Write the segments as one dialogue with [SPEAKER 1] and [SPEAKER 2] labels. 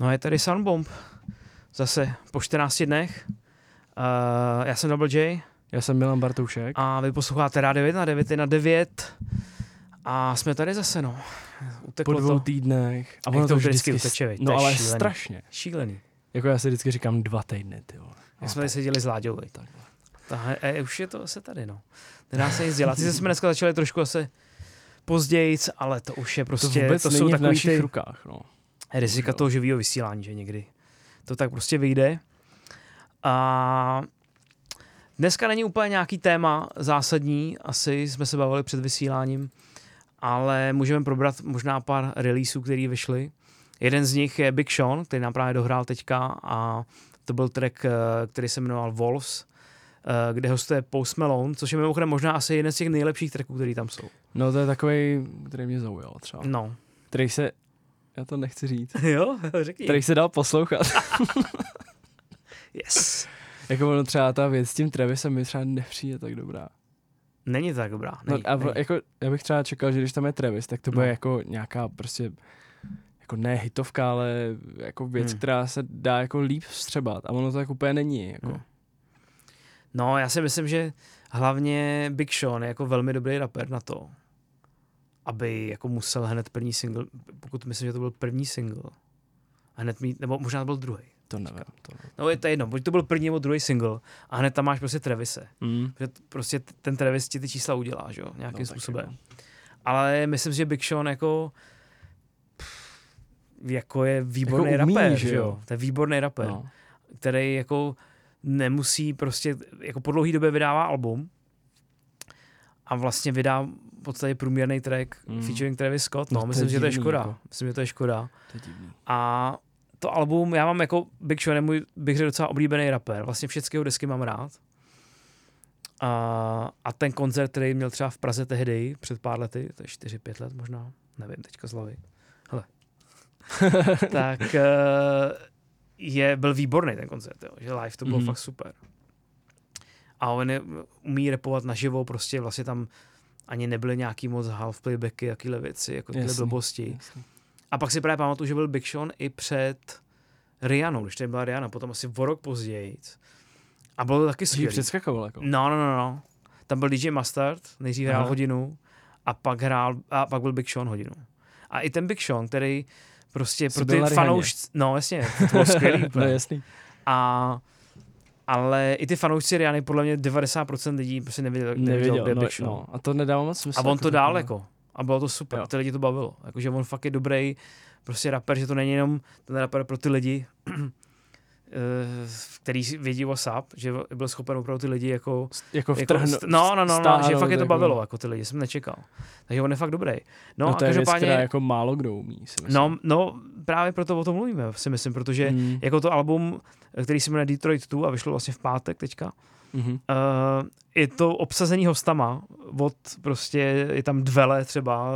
[SPEAKER 1] No je tady Sunbomb. Zase po 14 dnech. Uh, já jsem Double J
[SPEAKER 2] Já jsem Milan Bartoušek.
[SPEAKER 1] a vy posloucháte Rádio 9 na 9 na 9. A jsme tady zase, no.
[SPEAKER 2] po
[SPEAKER 1] Uteklo
[SPEAKER 2] dvou
[SPEAKER 1] to.
[SPEAKER 2] týdnech.
[SPEAKER 1] Jak to už vždycky uteče, viď? To
[SPEAKER 2] No
[SPEAKER 1] je
[SPEAKER 2] ale
[SPEAKER 1] šílený.
[SPEAKER 2] strašně.
[SPEAKER 1] Šílený.
[SPEAKER 2] Jako já si vždycky říkám dva týdny, ty vole. No,
[SPEAKER 1] Jak jsme tady seděli s Láďou, viď?
[SPEAKER 2] Takhle.
[SPEAKER 1] Tahle, e, už je to zase tady, no. Nedá se nic dělat. Sice jsme dneska začali trošku asi pozdějc, ale to už je
[SPEAKER 2] To
[SPEAKER 1] prostě,
[SPEAKER 2] vůbec to
[SPEAKER 1] jsou
[SPEAKER 2] není v
[SPEAKER 1] takový
[SPEAKER 2] našich
[SPEAKER 1] ty
[SPEAKER 2] rukách, no.
[SPEAKER 1] rizika
[SPEAKER 2] Jo.
[SPEAKER 1] toho živého vysílání, že někdy to tak prostě vyjde. A dneska není úplně nějaký téma zásadní, asi jsme se bavili před vysíláním, ale můžeme probrat možná pár releaseů, které vyšly. Jeden z nich je Big Sean, který nám právě dohrál teďka a to byl track, eh, který se jmenoval Wolves, eh, kde hostuje Post Malone, což je mimochodem možná asi jeden z těch nejlepších tracků, který tam jsou.
[SPEAKER 2] No to je takový, který mě zaujal třeba.
[SPEAKER 1] No.
[SPEAKER 2] Který se, já to nechci říct,
[SPEAKER 1] Jo, řekni.
[SPEAKER 2] který se dal poslouchat.
[SPEAKER 1] Yes.
[SPEAKER 2] jako ono třeba ta věc s tím Travisem mi třeba nepřijde tak dobrá.
[SPEAKER 1] Není to tak dobrá.
[SPEAKER 2] No,
[SPEAKER 1] Není,
[SPEAKER 2] a
[SPEAKER 1] není.
[SPEAKER 2] v, jako, já bych třeba čekal, že když tam je Travis, tak to
[SPEAKER 1] No.
[SPEAKER 2] bude jako nějaká prostě jako ne hitovka, ale jako věc,
[SPEAKER 1] Hmm.
[SPEAKER 2] která se dá jako líp vstřebat. A ono to tak úplně není. Jako.
[SPEAKER 1] Hmm. No, já si myslím, že hlavně Big Sean je jako velmi dobrý rapper na to, aby jako musel hned první single, pokud myslím, že to byl první single, hned mít, nebo možná to byl druhý.
[SPEAKER 2] To nevím. To nevím.
[SPEAKER 1] No je to jedno, buď to byl první nebo druhý single a hned tam máš prostě Trevise.
[SPEAKER 2] Mm.
[SPEAKER 1] Že t- prostě t- ten Travis ti ty čísla udělá, že jo,
[SPEAKER 2] No,
[SPEAKER 1] nějakým
[SPEAKER 2] taky,
[SPEAKER 1] způsobem.
[SPEAKER 2] no.
[SPEAKER 1] Ale myslím, že Big Sean jako pff, jako je výborný
[SPEAKER 2] Jako umí,
[SPEAKER 1] rapper,
[SPEAKER 2] že
[SPEAKER 1] že jo.
[SPEAKER 2] jo.
[SPEAKER 1] To je výborný rapper
[SPEAKER 2] No.
[SPEAKER 1] který jako nemusí prostě, jako po dlouhý době vydává album a vlastně vydá v podstatě průměrný track
[SPEAKER 2] Mm.
[SPEAKER 1] mm. featuring Travis Scott,
[SPEAKER 2] No
[SPEAKER 1] no,
[SPEAKER 2] to je
[SPEAKER 1] myslím, že to je
[SPEAKER 2] divný,
[SPEAKER 1] škoda,
[SPEAKER 2] jako.
[SPEAKER 1] myslím, že to je škoda
[SPEAKER 2] To je divný.
[SPEAKER 1] a to album, já mám jako Big Sean je můj, bych řekl, docela oblíbený rapper, vlastně všechny jeho desky mám rád a, a ten koncert, který měl třeba v Praze tehdy, před pár lety, to je 4-5 let možná, nevím teďka z hlavy, hele, tak eh, je, byl výborný ten koncert, jo, že live to bylo
[SPEAKER 2] Mhm.
[SPEAKER 1] mm. fakt super. A on je, umí repovat naživo, prostě vlastně tam ani nebyly nějaký moc half playbacky, jakýhle věci, jako tyhle
[SPEAKER 2] Jasný.
[SPEAKER 1] blbosti.
[SPEAKER 2] Jasný.
[SPEAKER 1] A pak si právě pamatuju, že byl Big Sean i před Rianou, když tady byla Rihanna, potom asi o rok později. A bylo to taky
[SPEAKER 2] Že ji
[SPEAKER 1] skvělé.
[SPEAKER 2] Přeskakoval jako.
[SPEAKER 1] No, no, no, no. Tam byl DJ Mustard, nejdřív hrál
[SPEAKER 2] Aha.
[SPEAKER 1] hodinu a pak hrál, a pak byl Big Sean hodinu. A i ten Big Sean, který prostě
[SPEAKER 2] Se
[SPEAKER 1] pro
[SPEAKER 2] byl
[SPEAKER 1] ty
[SPEAKER 2] na Rihaně.
[SPEAKER 1] fanoušci, no jasně, to bylo skvělý
[SPEAKER 2] no
[SPEAKER 1] úplně.
[SPEAKER 2] jasný.
[SPEAKER 1] A ale i ty fanoušci Riany, podle mě 90% lidí prostě nevěděl, nevěděl, kde je
[SPEAKER 2] Nevěděl, no,
[SPEAKER 1] Big Sean.
[SPEAKER 2] no, a to nedává moc smysl.
[SPEAKER 1] a on
[SPEAKER 2] jako
[SPEAKER 1] to dál
[SPEAKER 2] takhle.
[SPEAKER 1] jako. A bylo to super,
[SPEAKER 2] Jo.
[SPEAKER 1] ty lidi to bavilo. Jakože on fakt je dobrý prostě rapper, že to není jenom ten rapper pro ty lidi, eh, který vědí WhatsApp, že byl schopen opravdu ty lidi jako
[SPEAKER 2] Jako
[SPEAKER 1] jako,
[SPEAKER 2] vtrhnout.
[SPEAKER 1] st- no, no, no, no, že fakt je to
[SPEAKER 2] jako-
[SPEAKER 1] bavilo, jako ty lidi, jsem nečekal. Takže on je fakt dobrý. No,
[SPEAKER 2] No,
[SPEAKER 1] no a
[SPEAKER 2] to je věc,
[SPEAKER 1] každopádně,
[SPEAKER 2] která jako prostě- málo kdo umí, si myslím.
[SPEAKER 1] no, no, právě proto o tom mluvíme, si myslím, protože mm.
[SPEAKER 2] Mm.
[SPEAKER 1] jako to album, který se jmenuje Detroit 2 a vyšlo vlastně v pátek teďka,
[SPEAKER 2] Mhm.
[SPEAKER 1] Uh, je to obsazený hostama, od prostě, je tam Dvele třeba,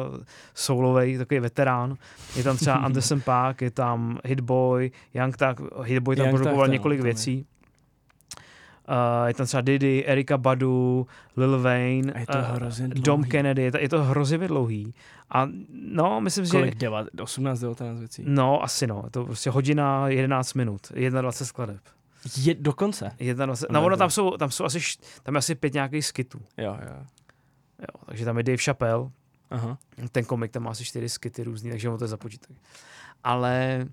[SPEAKER 1] soulovej, takový veterán, je tam třeba Anderson Park, je tam Hitboy, Young Tak, Hitboy tam
[SPEAKER 2] Young Thug,
[SPEAKER 1] produkoval
[SPEAKER 2] ano,
[SPEAKER 1] několik
[SPEAKER 2] tam je.
[SPEAKER 1] věcí. Uh, je tam třeba Diddy, Erika Badu, Lil Wayne,
[SPEAKER 2] A je to
[SPEAKER 1] eh,
[SPEAKER 2] hrozně dlouhý.
[SPEAKER 1] Dom Kennedy, je to, je to hrozivě dlouhý. A no, myslím, že...
[SPEAKER 2] Kolik? Deva- 18, 19 věcí.
[SPEAKER 1] No, asi no. Je to prostě hodina, 11 minut, 21 skladeb.
[SPEAKER 2] Je dokonce.
[SPEAKER 1] 21, no, ono tam jsou, tam jsou asi, š- tam je asi pět nějakých skitů.
[SPEAKER 2] Jo, jo.
[SPEAKER 1] Jo, takže tam je Dave Chappelle,
[SPEAKER 2] Aha.
[SPEAKER 1] ten komik tam má asi čtyři skity různý, takže mu to je započítat. Ale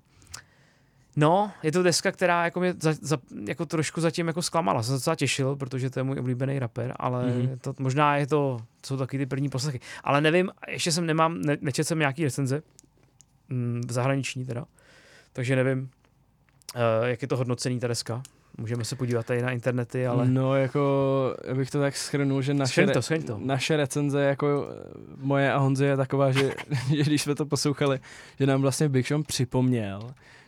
[SPEAKER 1] no, je to deska, která jako mě za, za, jako trošku zatím jako zklamala. Jsem se docela těšil, protože to je můj oblíbený rapper, ale
[SPEAKER 2] Mhm.
[SPEAKER 1] mm-hmm. to, možná je to, jsou taky ty první poslechy. Ale nevím, ještě jsem nemám, ne, nečetl jsem nějaký recenze, mm, zahraniční teda, takže nevím, eh, jak je to hodnocený ta deska. Můžeme se podívat tady na internety, ale...
[SPEAKER 2] Ale... No, jako, já bych to tak schrnul, že naše,
[SPEAKER 1] Schrň
[SPEAKER 2] re-
[SPEAKER 1] to, schrň to.
[SPEAKER 2] naše recenze, jako eh, moje a Honzy, je taková, že, že když jsme to poslouchali, že nám vlastně Big Sean připomněl,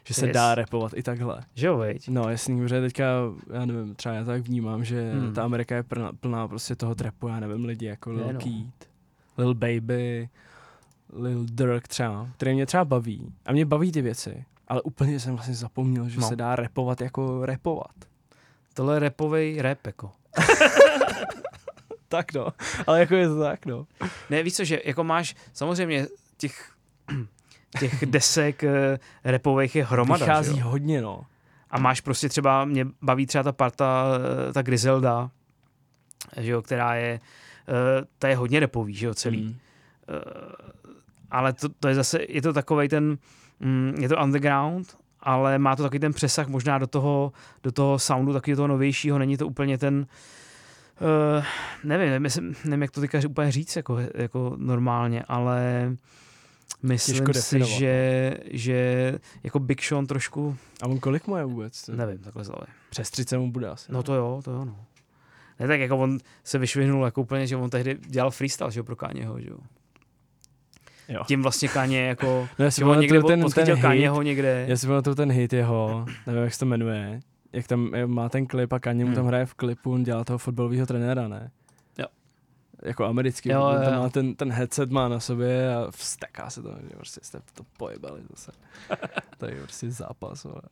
[SPEAKER 2] že se
[SPEAKER 1] Yes.
[SPEAKER 2] dá repovat i takhle.
[SPEAKER 1] Že jo, veď?
[SPEAKER 2] No jasný, protože teďka, já nevím, třeba já tak vnímám, že
[SPEAKER 1] Hmm.
[SPEAKER 2] hmm. ta Amerika je plná, plná prostě toho trapu, já nevím, lidi jako Lil
[SPEAKER 1] Ne,
[SPEAKER 2] no.
[SPEAKER 1] no.
[SPEAKER 2] Keat, Lil Baby, Lil Durk třeba, který mě třeba baví. A mě baví ty věci, ale úplně jsem vlastně zapomněl, že no.
[SPEAKER 1] No.
[SPEAKER 2] se dá repovat jako repovat.
[SPEAKER 1] Tohle je repovej rap, jako.
[SPEAKER 2] Tak no, ale jako je to tak no.
[SPEAKER 1] Ne, víš co, že jako máš, samozřejmě těch těch desek eh, repových je hromada. že
[SPEAKER 2] Vychází
[SPEAKER 1] jo?
[SPEAKER 2] hodně, no.
[SPEAKER 1] A máš prostě třeba, mě baví třeba ta parta, eh, ta Griselda, že jo, která je, eh, ta je hodně repový, že jo, celý.
[SPEAKER 2] Mm.
[SPEAKER 1] Eh, ale to, to je zase, je to takový ten, mm, je to underground, ale má to takový ten přesah možná do toho, do toho soundu, taky toho novějšího, není to úplně ten, uh, nevím, nevím, jestli- nevím, jak to teďka úplně říct jako, jako normálně, ale myslím
[SPEAKER 2] Těžko
[SPEAKER 1] si,
[SPEAKER 2] definovat, no.
[SPEAKER 1] že, že jako Big Sean trošku,
[SPEAKER 2] A on kolik mu je vůbec? Ne.
[SPEAKER 1] nevím, takhle zle.
[SPEAKER 2] Přes 30 mu bude asi.
[SPEAKER 1] No to jo, to jo, no. Ne, tak jako on se vyšvihnul jako úplně, že on tehdy dělal freestyle, že jo, pro Káněho, že jo.
[SPEAKER 2] Jo.
[SPEAKER 1] Tím vlastně Káně jako,
[SPEAKER 2] no, já si
[SPEAKER 1] že on někde
[SPEAKER 2] pamatuju
[SPEAKER 1] ten,
[SPEAKER 2] ten, ten
[SPEAKER 1] podchytil
[SPEAKER 2] hit,
[SPEAKER 1] Káněho někde.
[SPEAKER 2] já si pamatuju ten hit jeho, nevím, jak se to jmenuje, jak tam eh, má ten klip a Kanye mu tam
[SPEAKER 1] Hmm.
[SPEAKER 2] hraje v klipu, on dělá toho fotbalového trenéra, ne?
[SPEAKER 1] Jo.
[SPEAKER 2] Jako americký,
[SPEAKER 1] Jo,
[SPEAKER 2] jo,
[SPEAKER 1] jo,
[SPEAKER 2] tam
[SPEAKER 1] jo.
[SPEAKER 2] má ten, ten headset má na sobě a vsteká se to, že prostě jste to pojebali zase. to je prostě zápas, vole.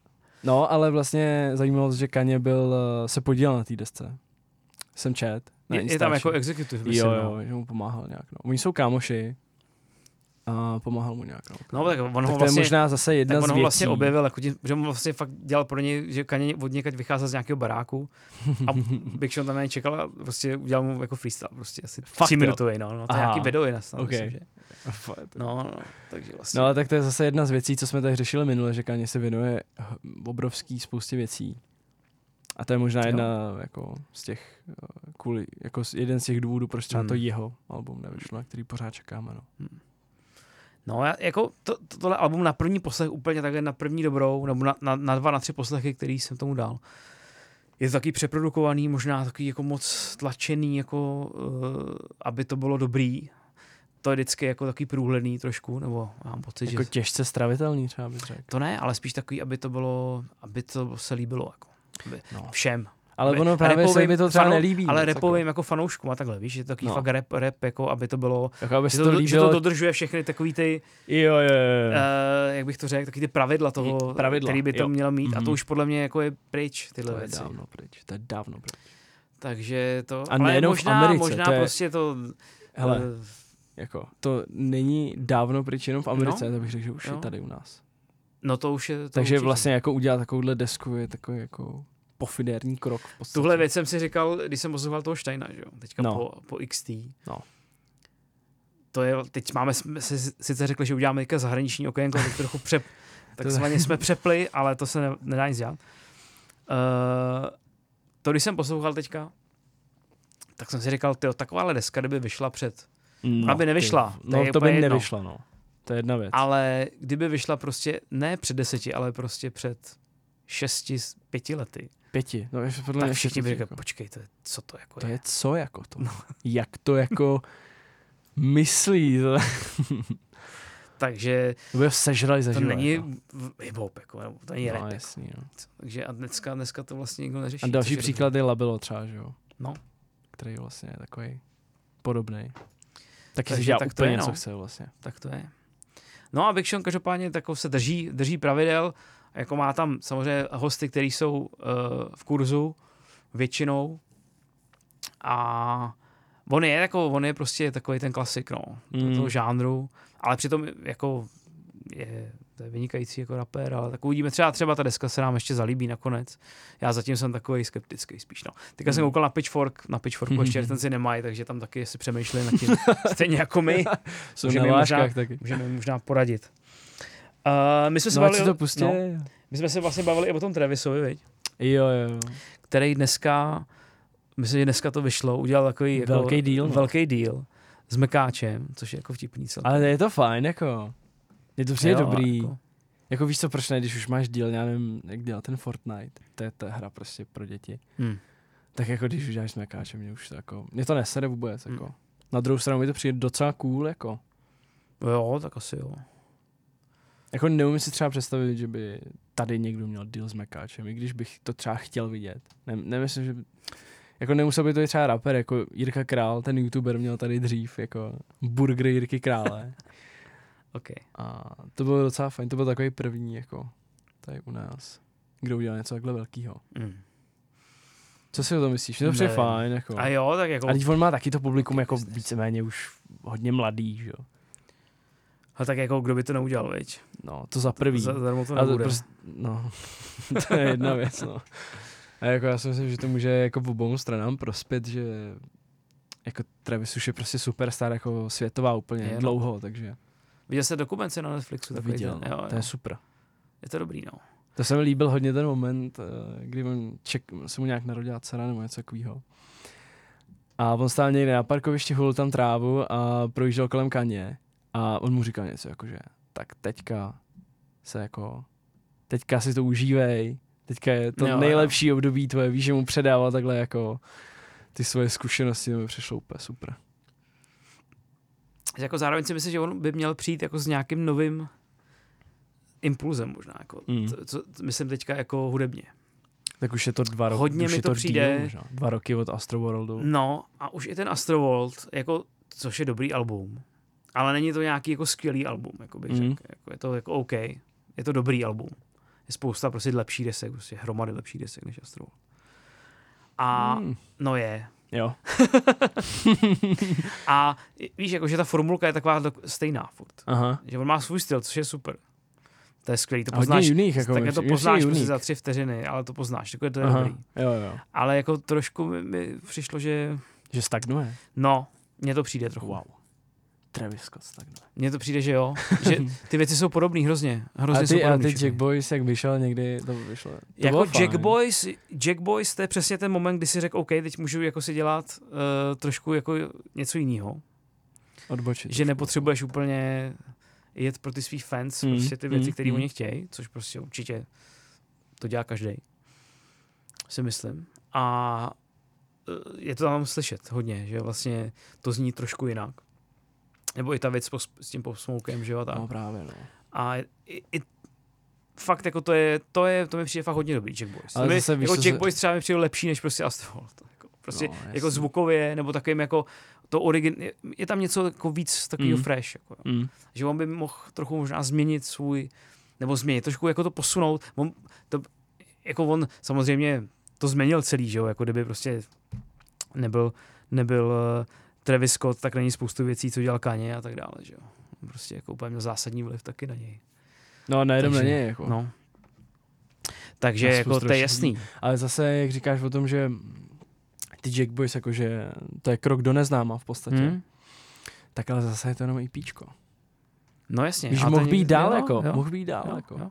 [SPEAKER 2] No, ale vlastně zajímavost, že Kanye byl, eh, se podílel na té desce. Jsem čet. na
[SPEAKER 1] je, je tam
[SPEAKER 2] Instači.
[SPEAKER 1] jako executive, myslím,
[SPEAKER 2] Jo,
[SPEAKER 1] no.
[SPEAKER 2] jo, že mu pomáhal nějak. No. Oni jsou kámoši a pomáhal mu nějak. No,
[SPEAKER 1] No, tak on
[SPEAKER 2] tak
[SPEAKER 1] ho
[SPEAKER 2] to
[SPEAKER 1] vlastně,
[SPEAKER 2] je možná zase jedna
[SPEAKER 1] tak
[SPEAKER 2] z
[SPEAKER 1] on ho
[SPEAKER 2] věcí.
[SPEAKER 1] vlastně objevil, jako tím, že on vlastně fakt dělal pro něj, že Kaně od někaď vycházel z nějakého baráku a Big Sean tam na něj čekal a prostě udělal mu jako freestyle, prostě asi
[SPEAKER 2] Fakt,
[SPEAKER 1] tři minutový, no, no, to je
[SPEAKER 2] Aha.
[SPEAKER 1] nějaký vedový nastal,
[SPEAKER 2] Ok.
[SPEAKER 1] myslím, že.
[SPEAKER 2] Fakt.
[SPEAKER 1] No, no, takže vlastně.
[SPEAKER 2] No ale tak to je zase jedna z věcí, co jsme tady řešili minule, že Kanye se věnuje h- obrovský spoustě věcí. A to je možná
[SPEAKER 1] Jo.
[SPEAKER 2] jedna jako z těch, eh, kvůli, jako z- jeden z těch důvodů, proč třeba
[SPEAKER 1] Hmm.
[SPEAKER 2] to jeho album nevyšlo, na který pořád čekáme. No.
[SPEAKER 1] No, já, jako to, to, tohle album na první poslech úplně takhle na první dobrou, nebo na, na, na dva, na tři poslechy, který jsem tomu dal. Je to taky přeprodukovaný, možná takový jako moc tlačený, jako uh, aby to bylo dobrý. To je vždycky jako takový průhledný trošku, nebo mám pocit,
[SPEAKER 2] Jako
[SPEAKER 1] že...
[SPEAKER 2] těžce stravitelný třeba bych řekl.
[SPEAKER 1] To ne, ale spíš takový, aby to bylo, aby to se líbilo, jako. Aby
[SPEAKER 2] No.
[SPEAKER 1] všem.
[SPEAKER 2] Ale
[SPEAKER 1] Aby- a
[SPEAKER 2] ono právě se
[SPEAKER 1] repovým
[SPEAKER 2] mi to třeba
[SPEAKER 1] fanou-
[SPEAKER 2] nelíbí. no,
[SPEAKER 1] Ale
[SPEAKER 2] moc,
[SPEAKER 1] repovým jako fanouškům a takhle, víš, je to takový no.
[SPEAKER 2] No.
[SPEAKER 1] fakt rap, rap, jako aby to bylo,
[SPEAKER 2] Jako, jako aby se
[SPEAKER 1] že
[SPEAKER 2] to,
[SPEAKER 1] to, do- že to
[SPEAKER 2] líbilo.
[SPEAKER 1] dodržuje všechny takový ty,
[SPEAKER 2] Jo, jo, jo. jo.
[SPEAKER 1] uh, jak bych to řekl, taky ty pravidla toho, pravidla,
[SPEAKER 2] pravidla,
[SPEAKER 1] který by to jo.
[SPEAKER 2] jo.
[SPEAKER 1] mělo mít. Mm-hmm. A to
[SPEAKER 2] Mhm.
[SPEAKER 1] už podle mě jako je pryč, tyhle
[SPEAKER 2] to je
[SPEAKER 1] věci.
[SPEAKER 2] dávno pryč, to je dávno pryč.
[SPEAKER 1] Takže to,
[SPEAKER 2] A
[SPEAKER 1] ale
[SPEAKER 2] nejenom v
[SPEAKER 1] možná,
[SPEAKER 2] Americe,
[SPEAKER 1] možná
[SPEAKER 2] to je-
[SPEAKER 1] prostě to,
[SPEAKER 2] Hele,
[SPEAKER 1] eh,
[SPEAKER 2] jako, to není dávno pryč jenom v Americe,
[SPEAKER 1] No,
[SPEAKER 2] no, to bych řekl, že už
[SPEAKER 1] jo.
[SPEAKER 2] je tady u nás.
[SPEAKER 1] no to už je. To
[SPEAKER 2] Takže
[SPEAKER 1] určitě.
[SPEAKER 2] vlastně jako udělat takovouhle desku je takový jako pofidérní krok v podstatě.
[SPEAKER 1] Tuhle věc jsem si říkal, když jsem poslouchal toho Steina, že jo, teďka no.
[SPEAKER 2] No.
[SPEAKER 1] po, po XT.
[SPEAKER 2] No.
[SPEAKER 1] To je, teď máme, jsme si sice řekli, že uděláme teďka zahraniční okénko, tak trochu přep, takzvaně jsme přepli, ale to se ne, nedá nic dělat. Uh, to, když jsem poslouchal teďka, tak jsem si říkal, tyjo, takováhle deska, kdyby vyšla před
[SPEAKER 2] no,
[SPEAKER 1] aby nevyšla,
[SPEAKER 2] Ty,
[SPEAKER 1] to
[SPEAKER 2] no
[SPEAKER 1] je
[SPEAKER 2] to
[SPEAKER 1] úplně
[SPEAKER 2] by
[SPEAKER 1] jedno.
[SPEAKER 2] nevyšla, no. To je jedna věc.
[SPEAKER 1] Ale kdyby vyšla prostě ne před deseti, ale prostě před šesti, s- pěti lety,
[SPEAKER 2] Pěti. No, ještě podle
[SPEAKER 1] tak
[SPEAKER 2] mě
[SPEAKER 1] všichni by
[SPEAKER 2] pěti,
[SPEAKER 1] řekli,
[SPEAKER 2] jako.
[SPEAKER 1] počkej, to je, co to jako
[SPEAKER 2] To
[SPEAKER 1] je.
[SPEAKER 2] je co jako to? Jak to jako myslí? To,
[SPEAKER 1] Takže
[SPEAKER 2] to by ho sežrali za
[SPEAKER 1] to
[SPEAKER 2] živé,
[SPEAKER 1] není
[SPEAKER 2] jako.
[SPEAKER 1] v- hip-hop, jako, nebo to není
[SPEAKER 2] no,
[SPEAKER 1] rap. Jako.
[SPEAKER 2] jasný, no.
[SPEAKER 1] Takže a dneska, dneska to vlastně nikdo neřeší.
[SPEAKER 2] A další
[SPEAKER 1] což je
[SPEAKER 2] příklad je Labelo třeba, že jo?
[SPEAKER 1] No.
[SPEAKER 2] Který vlastně je takový podobný. Taky
[SPEAKER 1] Takže
[SPEAKER 2] si dělá
[SPEAKER 1] tak to
[SPEAKER 2] úplně,
[SPEAKER 1] je, no.
[SPEAKER 2] co chce vlastně.
[SPEAKER 1] dobře. Tak to je. No a Big Sean každopádně tak se drží, drží pravidel, jako má tam samozřejmě hosty, kteří jsou uh, v kurzu většinou a on je jako, on je prostě takový ten klasik, no. mm.
[SPEAKER 2] Hmm.
[SPEAKER 1] toho žánru, ale přitom jako je, to je vynikající jako rapér, ale tak uvidíme, třeba, třeba ta deska se nám ještě zalíbí nakonec. Já zatím jsem takový skeptický spíš. No. Teďka jsem
[SPEAKER 2] Mm.
[SPEAKER 1] koukal na Pitchfork, na Pitchforku ještě ten si nemají, takže tam taky si přemýšleli nad tím, stejně jako my,
[SPEAKER 2] Jsou
[SPEAKER 1] Můžeme
[SPEAKER 2] na
[SPEAKER 1] jim
[SPEAKER 2] vážkách
[SPEAKER 1] možná-
[SPEAKER 2] taky.
[SPEAKER 1] můžeme jim možná poradit. Uh, my, jsme se
[SPEAKER 2] No, ať
[SPEAKER 1] bavili,
[SPEAKER 2] si
[SPEAKER 1] o-
[SPEAKER 2] to pustí.
[SPEAKER 1] no, my jsme se vlastně bavili i o tom Travisovi, viď?
[SPEAKER 2] Jo, jo, jo.
[SPEAKER 1] který dneska, myslím, že dneska to vyšlo, udělal takový jako,
[SPEAKER 2] Velký deal, no.
[SPEAKER 1] velký deal s Mekáčem, což je jako vtipný celkem.
[SPEAKER 2] Ale je to fajn, jako. Je to přijde
[SPEAKER 1] Jo,
[SPEAKER 2] dobrý.
[SPEAKER 1] jako-
[SPEAKER 2] Jako. jako. víš co, proč ne, když už máš díl, já nevím, jak dělal ten Fortnite, to je ta hra prostě pro děti.
[SPEAKER 1] Hmm.
[SPEAKER 2] Tak jako když už děláš s mekáčem, mě už to jako, mě to nesere vůbec,
[SPEAKER 1] Hmm.
[SPEAKER 2] jako. Na druhou stranu mi to přijde docela cool, jako.
[SPEAKER 1] Jo, tak asi jo.
[SPEAKER 2] Jako neumím si třeba představit, že by tady někdo měl díl s mekáčem, i když bych to třeba chtěl vidět. Ne, nemyslím, že by- jako nemusel by to být třeba rapper, jako Jirka Král, ten youtuber měl tady dřív, jako burger Jirky Krále.
[SPEAKER 1] OK.
[SPEAKER 2] A to bylo docela fajn, to byl takový první jako tady u nás, kdo udělal něco takhle velkého.
[SPEAKER 1] Mm.
[SPEAKER 2] Co si o tom myslíš? Mně To přijde
[SPEAKER 1] Nevím.
[SPEAKER 2] fajn, jako.
[SPEAKER 1] A jo, tak jako...
[SPEAKER 2] A teď on má taky to publikum jako
[SPEAKER 1] business.
[SPEAKER 2] víceméně už hodně mladý, že jo.
[SPEAKER 1] A tak jako kdo by to neudělal, viď?
[SPEAKER 2] No, to za prvý.
[SPEAKER 1] Za- Zadarmo to
[SPEAKER 2] A to
[SPEAKER 1] nebude.
[SPEAKER 2] prostě, no, to je jedna věc, no. A jako já si myslím, že to může jako v obou stranám prospět, že jako Travis už je prostě superstar, jako světová úplně
[SPEAKER 1] Je,
[SPEAKER 2] je,
[SPEAKER 1] no.
[SPEAKER 2] dlouho, takže
[SPEAKER 1] Viděl jste dokumenci na Netflixu?
[SPEAKER 2] to
[SPEAKER 1] Takový
[SPEAKER 2] viděl,
[SPEAKER 1] ten, jo,
[SPEAKER 2] no, to
[SPEAKER 1] jo.
[SPEAKER 2] je super.
[SPEAKER 1] Je to dobrý, no.
[SPEAKER 2] To se mi líbil hodně ten moment, eh, kdy on ček, se mu nějak narodila dcera nebo něco takového. A on stál někde na parkovišti, hulil tam trávu a projížděl kolem kaně. A on mu říkal něco jako, že tak teďka se jako, teďka si to užívej, teďka je to
[SPEAKER 1] Jo, jo.
[SPEAKER 2] jo, nejlepší jo. období tvoje, víš, že mu předával takhle jako ty svoje zkušenosti, to mi přišlo úplně super.
[SPEAKER 1] Že Jako zároveň si myslím, že on by měl přijít jako s nějakým novým impulzem možná. Jako.
[SPEAKER 2] Mm.
[SPEAKER 1] Co, co, myslím teďka jako hudebně.
[SPEAKER 2] Tak už je to dva roky,
[SPEAKER 1] Hodně
[SPEAKER 2] už
[SPEAKER 1] mi
[SPEAKER 2] je
[SPEAKER 1] to
[SPEAKER 2] to
[SPEAKER 1] přijde.
[SPEAKER 2] Díl, možná. dva roky od Astro Worldu.
[SPEAKER 1] No a už i ten Astrovolt, jako, což je dobrý album, ale není to nějaký jako skvělý album, jako bych
[SPEAKER 2] Mhm.
[SPEAKER 1] řekl. Jako, je to jako OK, je to dobrý album. Je spousta prostě lepší desek, prostě hromady lepší desek než Astrovolt. A
[SPEAKER 2] Mm.
[SPEAKER 1] no je.
[SPEAKER 2] Jo,
[SPEAKER 1] A víš, jako, že ta formulka je taková do- stejná furt.
[SPEAKER 2] aha.
[SPEAKER 1] Že on má svůj styl, což je super. To je skvělý, to
[SPEAKER 2] A hodně
[SPEAKER 1] poznáš.
[SPEAKER 2] jiných, jako
[SPEAKER 1] Takhle to
[SPEAKER 2] myslím, že
[SPEAKER 1] poznáš
[SPEAKER 2] je
[SPEAKER 1] prostě
[SPEAKER 2] unique.
[SPEAKER 1] za tři vteřiny, ale to poznáš, jako je to je
[SPEAKER 2] Aha,
[SPEAKER 1] dobrý.
[SPEAKER 2] Jo, jo.
[SPEAKER 1] Ale jako trošku mi, mi přišlo, že
[SPEAKER 2] Že stagnuje?
[SPEAKER 1] no, mně to přijde trochu.
[SPEAKER 2] Wow. Travis Scott stagnuje.
[SPEAKER 1] Mně to přijde, že jo. Že ty věci jsou podobné hrozně.
[SPEAKER 2] A
[SPEAKER 1] Hrozně jsou
[SPEAKER 2] ty, a
[SPEAKER 1] podobný
[SPEAKER 2] ty
[SPEAKER 1] všechny.
[SPEAKER 2] Jack Boys, jak vyšel někdy, to vyšlo. To
[SPEAKER 1] jako
[SPEAKER 2] bylo
[SPEAKER 1] Jack
[SPEAKER 2] fajn.
[SPEAKER 1] Boys, Jack Boys, to je přesně ten moment, kdy si řekl, OK, teď můžu jako si dělat uh, trošku jako něco jiného.
[SPEAKER 2] Odbočit.
[SPEAKER 1] Že nepotřebuješ úplně jet pro ty svý fans,
[SPEAKER 2] Mm,
[SPEAKER 1] prostě ty věci,
[SPEAKER 2] mm,
[SPEAKER 1] které
[SPEAKER 2] mm.
[SPEAKER 1] oni chtějí, což prostě určitě to dělá každý. Si myslím. A eh, je to tam slyšet hodně, že vlastně to zní trošku jinak. Nebo i ta věc s pos- s tím posmoukem, že jo, a tak.
[SPEAKER 2] No právě, no.
[SPEAKER 1] A i, i, fakt jako to je, to je, to mi přijde fakt hodně dobrý Jack Boys.
[SPEAKER 2] Ale
[SPEAKER 1] Ale mi,
[SPEAKER 2] zase víš,
[SPEAKER 1] jako
[SPEAKER 2] co
[SPEAKER 1] Jack
[SPEAKER 2] se-
[SPEAKER 1] Boys třeba mi přijde lepší než prostě Astroworld. Jako, prostě
[SPEAKER 2] No,
[SPEAKER 1] no, jako
[SPEAKER 2] jasně.
[SPEAKER 1] zvukově, nebo takovým jako to origin, je, je tam něco jako víc takového
[SPEAKER 2] Mm.
[SPEAKER 1] fresh. Jako, jo.
[SPEAKER 2] Mm.
[SPEAKER 1] že on by mohl trochu možná změnit svůj, nebo změnit, trošku jako to posunout. On, to, jako on samozřejmě to změnil celý, že jo, jako kdyby prostě nebyl, nebyl eh, Travis Scott, tak není spoustu věcí, co dělal Kanye a tak dále, že jo. Prostě jako úplně měl zásadní vliv taky na něj.
[SPEAKER 2] No, nejenom na
[SPEAKER 1] Takže-
[SPEAKER 2] něj, jako. No.
[SPEAKER 1] No. Takže
[SPEAKER 2] Na
[SPEAKER 1] jako
[SPEAKER 2] spoustu
[SPEAKER 1] to je
[SPEAKER 2] dalších
[SPEAKER 1] jasný.
[SPEAKER 2] Ale zase, jak říkáš o tom, že ty Jack Boys, jakože to je krok do neznáma v podstatě,
[SPEAKER 1] Hmm?
[SPEAKER 2] tak ale zase je to jenom IPčko.
[SPEAKER 1] No jasně.
[SPEAKER 2] Víš,
[SPEAKER 1] ale to
[SPEAKER 2] mohl
[SPEAKER 1] je-
[SPEAKER 2] být dál,
[SPEAKER 1] jo,
[SPEAKER 2] jako.
[SPEAKER 1] jo,
[SPEAKER 2] Mohl být dál,
[SPEAKER 1] jo,
[SPEAKER 2] jako.
[SPEAKER 1] jo.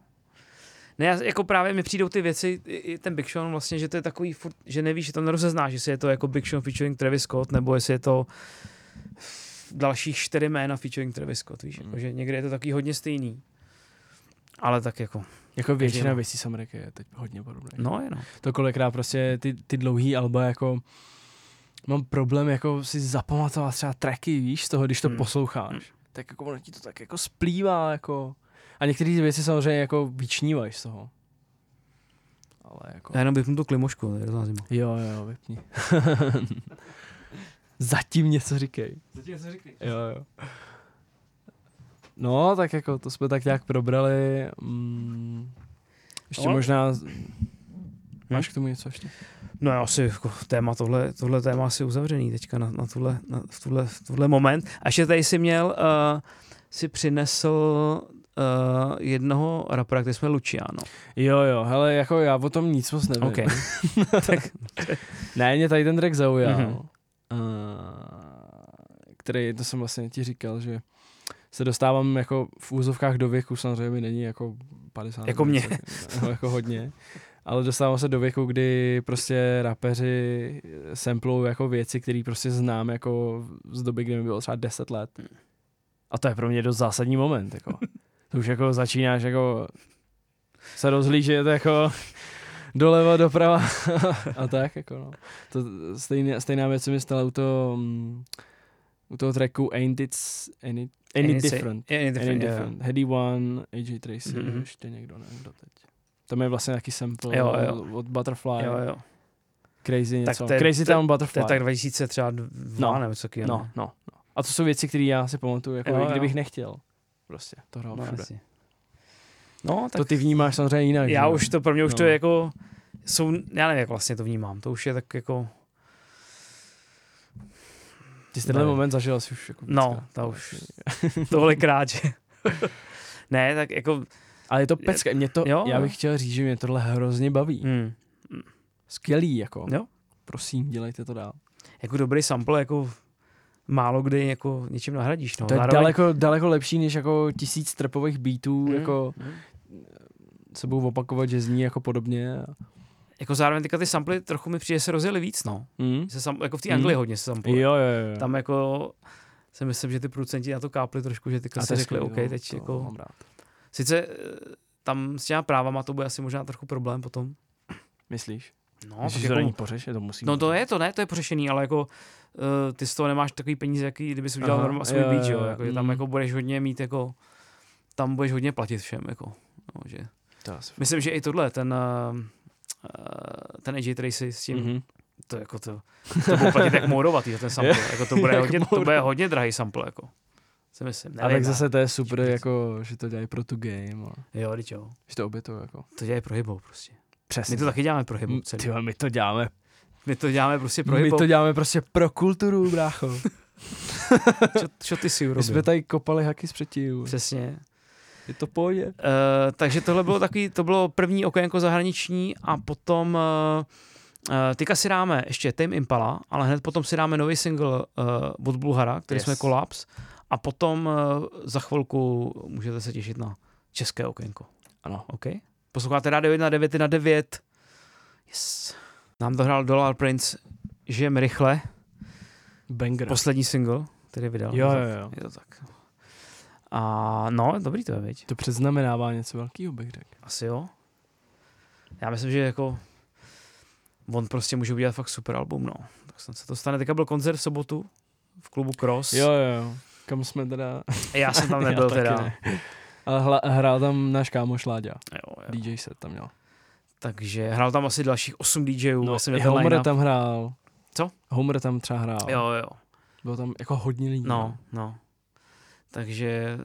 [SPEAKER 1] Ne, já- jako právě mi přijdou ty věci, i- i ten Big Sean vlastně, že to je takový, furt, že nevíš, že to nerozeznáš, jestli je to jako Big Sean featuring Travis Scott, nebo jestli je to další čtyři jména featuring Travis Scott, víš,
[SPEAKER 2] Mm.
[SPEAKER 1] jako, že někde je to taky hodně stejný. Ale tak jako,
[SPEAKER 2] Jako většina
[SPEAKER 1] Každému.
[SPEAKER 2] věcí z Ameriky je teď hodně podobných.
[SPEAKER 1] no je no.
[SPEAKER 2] to kolikrát prostě ty, ty dlouhý alba jako mám problém jako si zapamatovat třeba tracky, víš, z toho, když to
[SPEAKER 1] Hmm.
[SPEAKER 2] hmm. posloucháš. Tak jako ono ti to tak jako splývá, jako. A některé ty věci samozřejmě jako vyčnívají z toho. Ale jako...
[SPEAKER 1] Já jenom vypnu tu klimošku, to je hrozná zima.
[SPEAKER 2] Jo, jo, vypni. Zatím něco říkej.
[SPEAKER 1] Zatím něco říkej.
[SPEAKER 2] Jo, jo. No, tak jako to jsme tak nějak probrali. Mm, ještě
[SPEAKER 1] No. Hm?
[SPEAKER 2] no. možná... Máš k tomu něco ještě?
[SPEAKER 1] No já asi jako téma, tohle, tohle téma asi uzavřený teďka na, na, tuhle, na v, tuhle, v tuhle moment. A ještě tady si měl, uh, si přinesl uh, jednoho rapera, který jsme Luciano.
[SPEAKER 2] Jo, jo, hele, jako já o tom nic moc nevím.
[SPEAKER 1] OK. tak,
[SPEAKER 2] Ne, mě tady ten track zaujal,
[SPEAKER 1] Mhm.
[SPEAKER 2] mm-hmm. který, to jsem vlastně ti říkal, že se dostávám jako v úzovkách do věku, samozřejmě mi není jako 50.
[SPEAKER 1] Jako mě.
[SPEAKER 2] něco, no, jako hodně. Ale dostávám se do věku, kdy prostě rapeři samplou jako věci, které prostě znám jako z doby, kdy mi bylo třeba 10 let.
[SPEAKER 1] Hmm.
[SPEAKER 2] A to je pro mě dost zásadní moment, jako. To už jako začínáš jako se rozhlížet jako doleva, doprava a tak, jako no. To stejná, stejná věc se mi stala u toho, mm, u toho tracku Ain't It's Any, any,
[SPEAKER 1] Any
[SPEAKER 2] Different.
[SPEAKER 1] Any
[SPEAKER 2] Any
[SPEAKER 1] different,
[SPEAKER 2] Different.
[SPEAKER 1] jo, jo.
[SPEAKER 2] Heady One, AJ Tracy,
[SPEAKER 1] Mhm.
[SPEAKER 2] mm-hmm. ještě někdo, nevím kdo teď. Tam je vlastně nějaký sample
[SPEAKER 1] Jo, jo.
[SPEAKER 2] od Butterfly,
[SPEAKER 1] Jo, jo.
[SPEAKER 2] Crazy něco.
[SPEAKER 1] to je-
[SPEAKER 2] crazy
[SPEAKER 1] to je-
[SPEAKER 2] Town
[SPEAKER 1] To
[SPEAKER 2] Butterfly.
[SPEAKER 1] je tak 2000 třeba dva,
[SPEAKER 2] No.
[SPEAKER 1] nebo co takového,
[SPEAKER 2] no, no, no. A to jsou věci, které já si pamatuju, jako
[SPEAKER 1] Jo,
[SPEAKER 2] jo,
[SPEAKER 1] jo.
[SPEAKER 2] i kdybych nechtěl. Prostě, to hrál
[SPEAKER 1] no,
[SPEAKER 2] všude.
[SPEAKER 1] jasně. no tak
[SPEAKER 2] To ty vnímáš samozřejmě jinak. že
[SPEAKER 1] já
[SPEAKER 2] jo?
[SPEAKER 1] už to, pro mě už to
[SPEAKER 2] No.
[SPEAKER 1] je jako, jsou, já nevím, jak vlastně to vnímám, to už je tak jako,
[SPEAKER 2] Ty jsi tenhle
[SPEAKER 1] nevím.
[SPEAKER 2] moment zažil asi už jako
[SPEAKER 1] No,
[SPEAKER 2] víckrát.
[SPEAKER 1] to už- tolikrát, že ne, tak jako...
[SPEAKER 2] Ale je to pecka. Mě to,
[SPEAKER 1] Jo,
[SPEAKER 2] jo, Mm. já
[SPEAKER 1] jo.
[SPEAKER 2] bych chtěl říct, že mě tohle hrozně baví.
[SPEAKER 1] Hmm.
[SPEAKER 2] Skvělý, jako.
[SPEAKER 1] Jo.
[SPEAKER 2] Prosím, dělejte to dál.
[SPEAKER 1] jako dobrý sample, jako málo kdy jako něčím nahradíš. No.
[SPEAKER 2] To je
[SPEAKER 1] Zároveň-
[SPEAKER 2] daleko, daleko lepší, než jako tisíc trepových beatů,
[SPEAKER 1] Mm,
[SPEAKER 2] mm. jako
[SPEAKER 1] mm.
[SPEAKER 2] se budou opakovat, že zní jako podobně.
[SPEAKER 1] Jako zároveň teďka ty samply trochu mi přijde se rozjeli víc, no.
[SPEAKER 2] Mm.
[SPEAKER 1] Se sam, jako v té
[SPEAKER 2] Mm.
[SPEAKER 1] Anglii hodně se sampluje.
[SPEAKER 2] Jo, jo, jo.
[SPEAKER 1] Tam jako si myslím, že ty producenti na to kápli trošku, že teďka
[SPEAKER 2] A to
[SPEAKER 1] si
[SPEAKER 2] je
[SPEAKER 1] řekli,
[SPEAKER 2] skvělý,
[SPEAKER 1] OK,
[SPEAKER 2] no,
[SPEAKER 1] teď
[SPEAKER 2] to
[SPEAKER 1] jako...
[SPEAKER 2] mám rád.
[SPEAKER 1] Sice eh, tam s těma právama to bude asi možná trochu problém potom.
[SPEAKER 2] Myslíš?
[SPEAKER 1] No,
[SPEAKER 2] Myslíš, že
[SPEAKER 1] tak
[SPEAKER 2] to není
[SPEAKER 1] jako,
[SPEAKER 2] pořešit, to musí
[SPEAKER 1] no
[SPEAKER 2] být.
[SPEAKER 1] to je to, ne, to je pořešený, ale jako eh, ty z toho nemáš takový peníze, jaký kdyby si udělal
[SPEAKER 2] Aha,
[SPEAKER 1] norma, svůj
[SPEAKER 2] jo,
[SPEAKER 1] beat,
[SPEAKER 2] jo,
[SPEAKER 1] jo,
[SPEAKER 2] jo,
[SPEAKER 1] jako, že tam
[SPEAKER 2] mm.
[SPEAKER 1] jako budeš hodně mít jako, tam budeš hodně platit všem, jako, no, že
[SPEAKER 2] To asi-
[SPEAKER 1] Myslím, že i tohle, ten, uh, ten AJ Tracy s tím, mm-hmm.
[SPEAKER 2] Mhm.
[SPEAKER 1] to jako to, to bude platit jak mourovatý, ten sample, jako to bude,
[SPEAKER 2] Jak
[SPEAKER 1] hodně, to bude
[SPEAKER 2] mourovatý.
[SPEAKER 1] hodně drahý sample, jako. Si myslím,
[SPEAKER 2] A
[SPEAKER 1] nevím,
[SPEAKER 2] tak zase to je super,
[SPEAKER 1] Špec.
[SPEAKER 2] jako, že to dělají pro tu game. A
[SPEAKER 1] Jo, teď jo.
[SPEAKER 2] že to obětuje, jako.
[SPEAKER 1] To dělají pro hybou prostě. My
[SPEAKER 2] Přesně.
[SPEAKER 1] to taky děláme pro hybou
[SPEAKER 2] M-
[SPEAKER 1] celý.
[SPEAKER 2] Mm, Ty vole, my to děláme.
[SPEAKER 1] My to děláme prostě pro
[SPEAKER 2] My
[SPEAKER 1] hybou.
[SPEAKER 2] to děláme prostě pro kulturu, brácho.
[SPEAKER 1] Čo, čo ty si
[SPEAKER 2] My
[SPEAKER 1] urobil?
[SPEAKER 2] jsme tady kopali haky z předtím.
[SPEAKER 1] Přesně.
[SPEAKER 2] Je to pohodě.
[SPEAKER 1] Uh, takže tohle bylo takový, to bylo první okénko zahraniční a potom uh, uh, teďka si dáme ještě Tame Impala, ale hned potom si dáme nový single uh, od Bulhara, který yes.
[SPEAKER 2] Yes.
[SPEAKER 1] jsme Collapse a potom uh, za chvilku můžete se těšit na české okénko.
[SPEAKER 2] Ano.
[SPEAKER 1] OK? Posloucháte Rádio 1 9 na 9. Yes. Nám dohrál Dollar Prince Žijem rychle,
[SPEAKER 2] Banger.
[SPEAKER 1] poslední single, který vydal.
[SPEAKER 2] jo,
[SPEAKER 1] Je to-
[SPEAKER 2] jo, jo.
[SPEAKER 1] Je to tak. A no, dobrý to je, viď?
[SPEAKER 2] To předznamenává něco velkého, bych řekl.
[SPEAKER 1] Asi jo. Já myslím, že jako on prostě může udělat fakt super album, no. Tak snad se to stane. Teďka byl koncert v sobotu v klubu Cross.
[SPEAKER 2] Jo, jo. Kam jsme teda...
[SPEAKER 1] Já jsem tam nebyl
[SPEAKER 2] Já taky
[SPEAKER 1] teda.
[SPEAKER 2] ne. Ale hla, hrál tam náš kámoš Láďa.
[SPEAKER 1] Jo, jo.
[SPEAKER 2] DJ set tam měl.
[SPEAKER 1] Takže hrál tam asi dalších 8 DJů. No, asi
[SPEAKER 2] i
[SPEAKER 1] měl ten
[SPEAKER 2] Homer
[SPEAKER 1] line-up.
[SPEAKER 2] tam hrál.
[SPEAKER 1] Co?
[SPEAKER 2] Homer tam třeba hrál.
[SPEAKER 1] Jo, jo.
[SPEAKER 2] Bylo tam jako hodně lidí.
[SPEAKER 1] No, no. Takže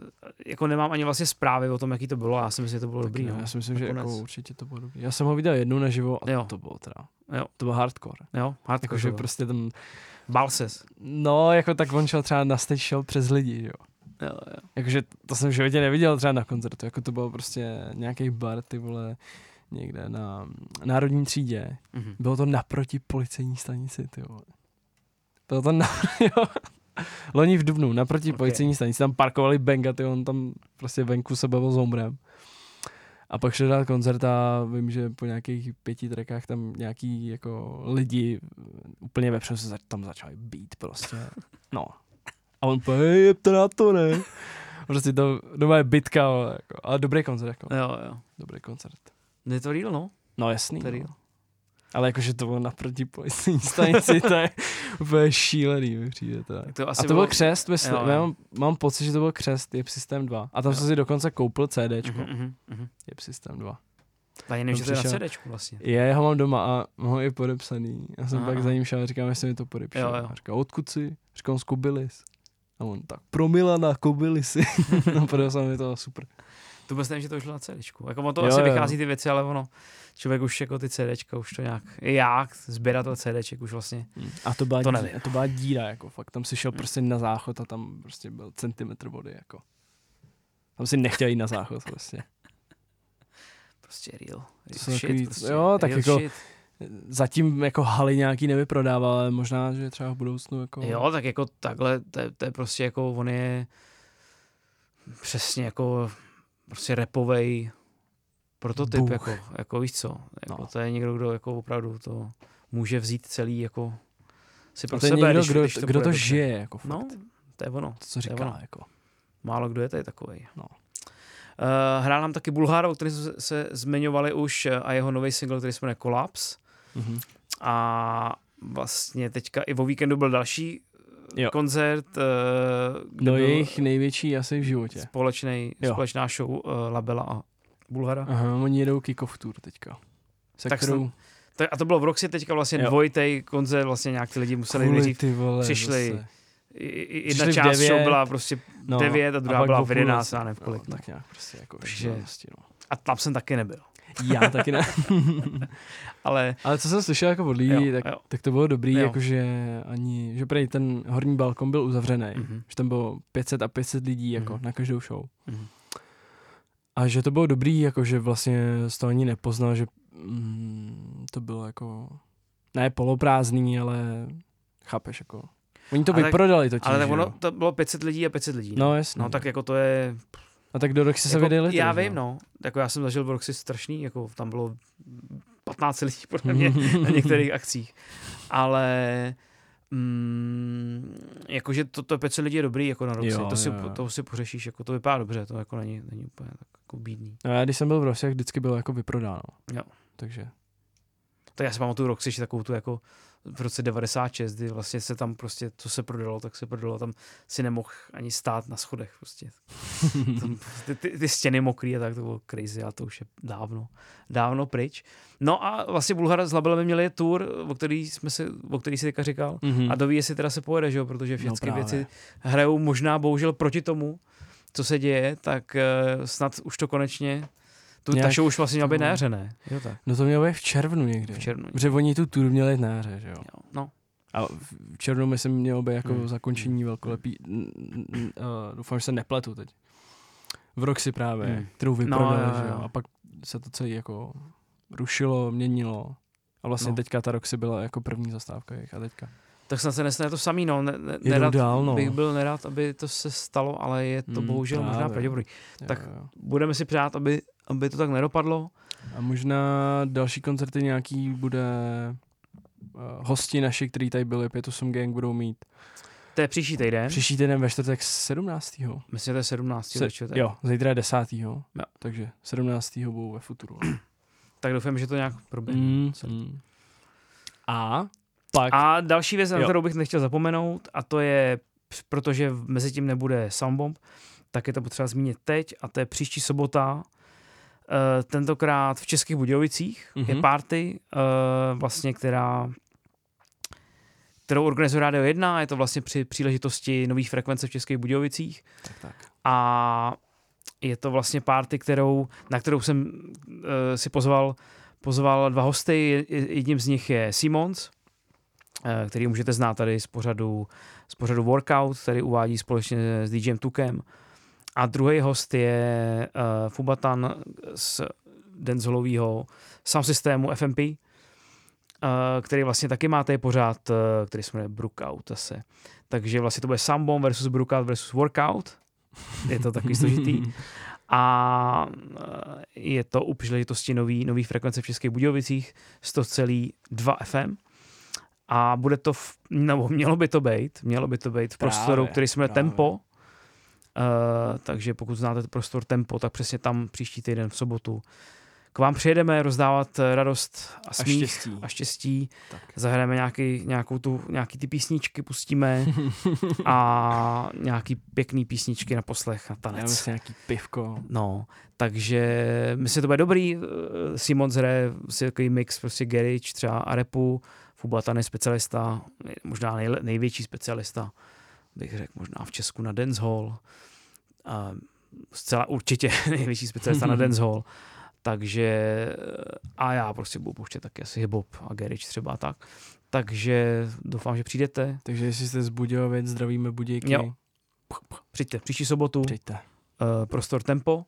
[SPEAKER 1] jako nemám ani vlastně zprávy o tom, jaký to bylo. Já si myslím, že to bylo
[SPEAKER 2] Tak
[SPEAKER 1] dobrý.
[SPEAKER 2] jo,
[SPEAKER 1] No.
[SPEAKER 2] Já si myslím, že
[SPEAKER 1] Nakonec.
[SPEAKER 2] jako určitě to bylo dobrý. Já jsem ho viděl jednu naživo a
[SPEAKER 1] Jo.
[SPEAKER 2] jo. to bylo teda.
[SPEAKER 1] Jo.
[SPEAKER 2] To bylo hardcore.
[SPEAKER 1] Jo, hardcore.
[SPEAKER 2] Jakože
[SPEAKER 1] Jako, prostě...
[SPEAKER 2] prostě tam,
[SPEAKER 1] Bál ses.
[SPEAKER 2] no jako tak on šel třeba na stage šel přes lidi, jo.
[SPEAKER 1] Jo, jo.
[SPEAKER 2] Jakože to jsem v životě neviděl třeba na koncertu, jako to bylo prostě nějaký bar, ty vole, někde na národní třídě.
[SPEAKER 1] Mhm.
[SPEAKER 2] Bylo to naproti policejní stanici, ty vole. Bylo to na, jo. Loni v Dubnu, naproti
[SPEAKER 1] Ok.
[SPEAKER 2] okay. policejní stanici, tam parkovali Benga, ty on tam prostě venku se bavil s Homrem. A pak šel dát koncert a vím, že po nějakých pěti trackách tam nějaký jako lidi úplně vepředu se za, tam začali být prostě. No. A on po, hej, jebte na to, ne? Prostě to, doma je bitka, ale, jako, ale dobrý koncert, jako,
[SPEAKER 1] jo, jo.
[SPEAKER 2] dobrý koncert.
[SPEAKER 1] Je to real, no?
[SPEAKER 2] No jasný.
[SPEAKER 1] To je
[SPEAKER 2] no.
[SPEAKER 1] real.
[SPEAKER 2] Ale jakože to bylo naproti policejní stanici, to je úplně šílený, mi přijde to.
[SPEAKER 1] To asi
[SPEAKER 2] A to byl křest, myslím,
[SPEAKER 1] Jo,
[SPEAKER 2] jo,
[SPEAKER 1] jo.
[SPEAKER 2] jo. Mám, mám pocit, že to byl křest Jeb System 2. A tam
[SPEAKER 1] Jo.
[SPEAKER 2] jsem si dokonce koupil CDčko,
[SPEAKER 1] Mhm,
[SPEAKER 2] mm-hmm.
[SPEAKER 1] mhm, mhm.
[SPEAKER 2] Jeb System 2.
[SPEAKER 1] Tak jenom,
[SPEAKER 2] Tam
[SPEAKER 1] že to je na
[SPEAKER 2] přišel-
[SPEAKER 1] CDčku vlastně.
[SPEAKER 2] Je, já ho mám doma a mám ho i podepsaný. Já jsem
[SPEAKER 1] Aha.
[SPEAKER 2] Aha. pak za ním šel a říkám, jestli mi to podepíše.
[SPEAKER 1] Jo, jo.
[SPEAKER 2] A říkal, odkud si? Říkám, z Kobylis. A on tak, pro Milana, Kobylisy. no, podepsal mi to super.
[SPEAKER 1] To vůbec nevím, že to už bylo na CDčku. Jako ono to jo,
[SPEAKER 2] Jo,
[SPEAKER 1] asi
[SPEAKER 2] jo, jo.
[SPEAKER 1] vychází ty věci, ale ono, člověk už jako ty CDčka, už to nějak, i já, sběratel CDček už vlastně.
[SPEAKER 2] A to byla,
[SPEAKER 1] To
[SPEAKER 2] to
[SPEAKER 1] nevím. Hmm.
[SPEAKER 2] dí, to byla díra, jako fakt. Tam si šel prostě na záchod a tam prostě byl centimetr vody, jako. Tam si nechtěl jít na záchod, prostě.
[SPEAKER 1] Prostě real. real
[SPEAKER 2] jsou
[SPEAKER 1] shit,
[SPEAKER 2] takový-
[SPEAKER 1] prostě,
[SPEAKER 2] jo, tak
[SPEAKER 1] real
[SPEAKER 2] jako-
[SPEAKER 1] shit.
[SPEAKER 2] Zatím jako haly nějaký nevyprodával, ale možná, že třeba v budoucnu, jako.
[SPEAKER 1] Jo, tak jako takhle, to je, to je prostě jako, on je přesně jako prostě repovej prototyp,
[SPEAKER 2] Bůh.
[SPEAKER 1] jako, jako víš co, jako
[SPEAKER 2] No.
[SPEAKER 1] to je někdo, kdo jako opravdu to může vzít celý jako si pro
[SPEAKER 2] A to je
[SPEAKER 1] sebe,
[SPEAKER 2] někdo,
[SPEAKER 1] když,
[SPEAKER 2] kdo,
[SPEAKER 1] když
[SPEAKER 2] to,
[SPEAKER 1] to
[SPEAKER 2] kdo
[SPEAKER 1] bude
[SPEAKER 2] to
[SPEAKER 1] dobře.
[SPEAKER 2] žije, jako fakt.
[SPEAKER 1] No, to je ono.
[SPEAKER 2] to, co
[SPEAKER 1] je ono.
[SPEAKER 2] říká, jako.
[SPEAKER 1] Málo kdo je tady takový.
[SPEAKER 2] No.
[SPEAKER 1] Uh, hrál nám taky Bulhár, o kterém jsme se zmiňovali už, eh, a jeho nový single, který se jmenuje Collapse.
[SPEAKER 2] Mhm.
[SPEAKER 1] A vlastně teďka i o víkendu byl další eh,
[SPEAKER 2] Jo.
[SPEAKER 1] koncert, eh, kde
[SPEAKER 2] No
[SPEAKER 1] byl
[SPEAKER 2] jejich největší asi v životě.
[SPEAKER 1] společnej,
[SPEAKER 2] Jo.
[SPEAKER 1] společná show uh, Labela a Bulhara.
[SPEAKER 2] Aha, oni jedou kick-off tour teďka. Se
[SPEAKER 1] Tak
[SPEAKER 2] tak kterou
[SPEAKER 1] To, a to bylo v Roxy teďka vlastně
[SPEAKER 2] Jo.
[SPEAKER 1] dvojitej koncert, vlastně nějak ty lidi museli
[SPEAKER 2] kvůli,
[SPEAKER 1] nejdřív.
[SPEAKER 2] ty vole,
[SPEAKER 1] přišli
[SPEAKER 2] zase.
[SPEAKER 1] i- i- Jedna
[SPEAKER 2] přišli v
[SPEAKER 1] část show
[SPEAKER 2] devět,
[SPEAKER 1] byla prostě
[SPEAKER 2] No,
[SPEAKER 1] 9 a druhá
[SPEAKER 2] pak
[SPEAKER 1] byla
[SPEAKER 2] o
[SPEAKER 1] v 11,
[SPEAKER 2] půlnoci.
[SPEAKER 1] já nevím v kolik.
[SPEAKER 2] No,
[SPEAKER 1] No.
[SPEAKER 2] tak nějak prostě jako
[SPEAKER 1] Takže-
[SPEAKER 2] Takže... no.
[SPEAKER 1] A tam jsem taky nebyl.
[SPEAKER 2] Já taky ne.
[SPEAKER 1] ale
[SPEAKER 2] Ale co jsem slyšel jako od lidí,
[SPEAKER 1] Jo,
[SPEAKER 2] tak,
[SPEAKER 1] jo.
[SPEAKER 2] tak to bylo dobrý,
[SPEAKER 1] Jo.
[SPEAKER 2] jakože ani, že prej ten horní balkon byl uzavřený,
[SPEAKER 1] Mhm.
[SPEAKER 2] že tam bylo 500 a 500 lidí jako
[SPEAKER 1] Mhm.
[SPEAKER 2] na každou show.
[SPEAKER 1] Mhm.
[SPEAKER 2] A že to bylo dobrý, jakože vlastně z toho ani nepoznal, že mm, to bylo jako, ne poloprázdný, ale chápeš jako. Oni to
[SPEAKER 1] Ale tak-
[SPEAKER 2] vyprodali totiž,
[SPEAKER 1] ale tak
[SPEAKER 2] že
[SPEAKER 1] ono
[SPEAKER 2] jo.
[SPEAKER 1] to bylo 500 lidí a 500 lidí.
[SPEAKER 2] No jasně.
[SPEAKER 1] no tak jako to je
[SPEAKER 2] a tak do roky se
[SPEAKER 1] jako,
[SPEAKER 2] vydali.
[SPEAKER 1] Já vím, no. Jako já jsem zažil v Roxy strašný, jako tam bylo 15 lidí podle mě na některých akcích. Ale mm, jakože to, to 500 lidí je dobrý jako na Roxy.
[SPEAKER 2] Jo,
[SPEAKER 1] to, si,
[SPEAKER 2] jo, jo.
[SPEAKER 1] to si pořešíš, jako to vypadá dobře, to jako není, není úplně tak jako bídný.
[SPEAKER 2] No já když jsem byl v Rosech, vždycky bylo jako vyprodáno.
[SPEAKER 1] Jo.
[SPEAKER 2] Takže.
[SPEAKER 1] Tak já si mám tu Roxy, že takovou tu jako v roce 96, kdy vlastně se tam prostě, co se prodalo, tak se prodalo, tam si nemohl ani stát na schodech prostě. Tam ty, ty, ty stěny mokrý a tak to bylo crazy a to už je dávno, dávno pryč. No a vlastně Bulhar s Labelem měli tour, o který, jsme se, o který si teďka říkal.
[SPEAKER 2] Mhm.
[SPEAKER 1] A doví, jestli teda se pojede, že jo, protože všechny no
[SPEAKER 2] právě.
[SPEAKER 1] věci hrajou možná bohužel proti tomu, co se děje, tak eh, snad už to konečně, tu, ta
[SPEAKER 2] Nějak
[SPEAKER 1] show už vlastně měla být
[SPEAKER 2] to-
[SPEAKER 1] na jaře, ne? Jo tak,
[SPEAKER 2] No to mělo být v červnu někdy.
[SPEAKER 1] v červnu.
[SPEAKER 2] Protože oni tu tour měli na jaře, že jo.
[SPEAKER 1] Jo, no.
[SPEAKER 2] A v v červnu myslím mělo být jako
[SPEAKER 1] Hmm.
[SPEAKER 2] zakončení velkolepý, n- n- n- eh, doufám, že se nepletu teď. V Roxy právě,
[SPEAKER 1] Hmm.
[SPEAKER 2] kterou vyprodali,
[SPEAKER 1] jo,
[SPEAKER 2] že jo.
[SPEAKER 1] jo.
[SPEAKER 2] A pak se to celé jako rušilo, měnilo. A vlastně
[SPEAKER 1] No.
[SPEAKER 2] no. teďka ta Roxy byla jako první zastávka jejich a teďka.
[SPEAKER 1] Tak snad se nesne to samý, no. Ne, ne,
[SPEAKER 2] Jedou
[SPEAKER 1] nerad,
[SPEAKER 2] dál, no.
[SPEAKER 1] bych byl nerad, aby to se stalo, ale je to
[SPEAKER 2] Mm,
[SPEAKER 1] bohužel možná
[SPEAKER 2] právě.
[SPEAKER 1] pravděpodobný.
[SPEAKER 2] Jo,
[SPEAKER 1] Tak-
[SPEAKER 2] jo.
[SPEAKER 1] Budeme si přát, aby, aby to tak nedopadlo.
[SPEAKER 2] A možná další koncerty nějaký bude eh, hosti naši, kteří tady byli, 5-8 gang budou mít.
[SPEAKER 1] To je příští týden.
[SPEAKER 2] Příští týden ve čtvrtek 17.
[SPEAKER 1] Myslím, že to je 17.
[SPEAKER 2] Se-
[SPEAKER 1] večer.
[SPEAKER 2] Jo, zítra je 10. Takže 17. budou ve futuru.
[SPEAKER 1] Tak doufám, že to nějak proběhne.
[SPEAKER 2] Mm,
[SPEAKER 1] Co-
[SPEAKER 2] mm. A pak...
[SPEAKER 1] A další věc, na
[SPEAKER 2] Jo.
[SPEAKER 1] kterou bych nechtěl zapomenout, a to je, protože mezi tím nebude soundbomb, tak je to potřeba zmínit teď, a to je příští sobota, eh, tentokrát v Českých Budějovicích mm-hmm. je
[SPEAKER 2] Mhm.
[SPEAKER 1] party, eh, vlastně, která kterou organizuje Radio 1, je to vlastně při příležitosti nových frekvence v Českých Budějovicích.
[SPEAKER 2] Tak, tak.
[SPEAKER 1] a je to vlastně party, kterou, na kterou jsem uh, si pozval, pozval dva hosty. Je- je- Jedním z nich je Simons, eh, který můžete znát tady z pořadu, z pořadu Workout, který uvádí společně s DJem Tukem. A druhý host je uh, Fubatan z dancehallového sound systému FMP, eh, který vlastně taky má tady pořád, eh, který se jmenuje Brookout asi. Takže vlastně to bude Sambon versus Brookout versus Workout. Je to takový složitý. A eh, je to u příležitosti nový, nový frekvence v Českých Budějovicích 100,2 FM. A bude to, v, nebo mělo by to být, mělo by to být v
[SPEAKER 2] Právě,
[SPEAKER 1] prostoru, který se jmenuje
[SPEAKER 2] právě.
[SPEAKER 1] Tempo. Uh, takže pokud znáte prostor Tempo, tak přesně tam příští týden v sobotu k vám přijedeme rozdávat eh, radost a
[SPEAKER 2] A
[SPEAKER 1] smích
[SPEAKER 2] štěstí.
[SPEAKER 1] a štěstí.
[SPEAKER 2] Tak.
[SPEAKER 1] Zahrajeme nějaký, nějakou tu, nějaký ty písničky, pustíme a nějaký pěkný písničky na poslech a
[SPEAKER 2] Já
[SPEAKER 1] tanec.
[SPEAKER 2] myslím nějaký pivko.
[SPEAKER 1] No, takže myslím, že to bude dobrý. Eh, Simon zhraje si takový mix prostě garage třeba a repu. Fubatan je specialista, možná nejle, největší specialista, bych řekl možná v Česku na dancehall. A zcela určitě největší specialista na dancehall. Takže eh, a já prostě budu pouštět taky asi hip-hop a garage třeba a tak. Takže doufám, že přijdete.
[SPEAKER 2] Takže jestli jste z Budějovic, zdravíme Budějky.
[SPEAKER 1] Jo. Přijďte příští sobotu.
[SPEAKER 2] Přijďte.
[SPEAKER 1] eh, prostor tempo.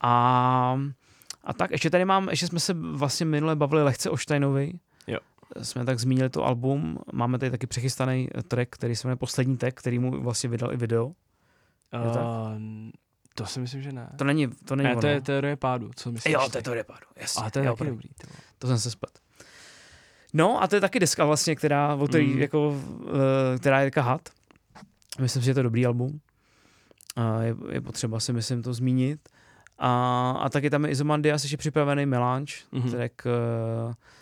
[SPEAKER 1] A, a tak, ještě tady mám, ještě jsme se vlastně minule bavili lehce o Steinovi.
[SPEAKER 2] Jo.
[SPEAKER 1] Jsme tak zmínili to album. Máme tady taky přechystaný eh, track, který se jmenuje Poslední track, který mu vlastně vydal i video. Jo, tak.
[SPEAKER 2] Uh, to si myslím, že ne.
[SPEAKER 1] To není, to není
[SPEAKER 2] ne,
[SPEAKER 1] ono.
[SPEAKER 2] to je teorie pádu, co myslíš?
[SPEAKER 1] jo,
[SPEAKER 2] ty?
[SPEAKER 1] to je to repadu. Jasně.
[SPEAKER 2] A to je
[SPEAKER 1] jo,
[SPEAKER 2] taky
[SPEAKER 1] pravda.
[SPEAKER 2] dobrý. ty vole.
[SPEAKER 1] To jsem se splet. No a to je taky deska vlastně, která, o který,
[SPEAKER 2] Mm.
[SPEAKER 1] jako, eh, která je taká hat. Myslím si, že je to dobrý album. A je, je potřeba si myslím to zmínit. A, a taky tam je Izomandias ještě připravený Melange,
[SPEAKER 2] Mhm.
[SPEAKER 1] mm-hmm. track, eh,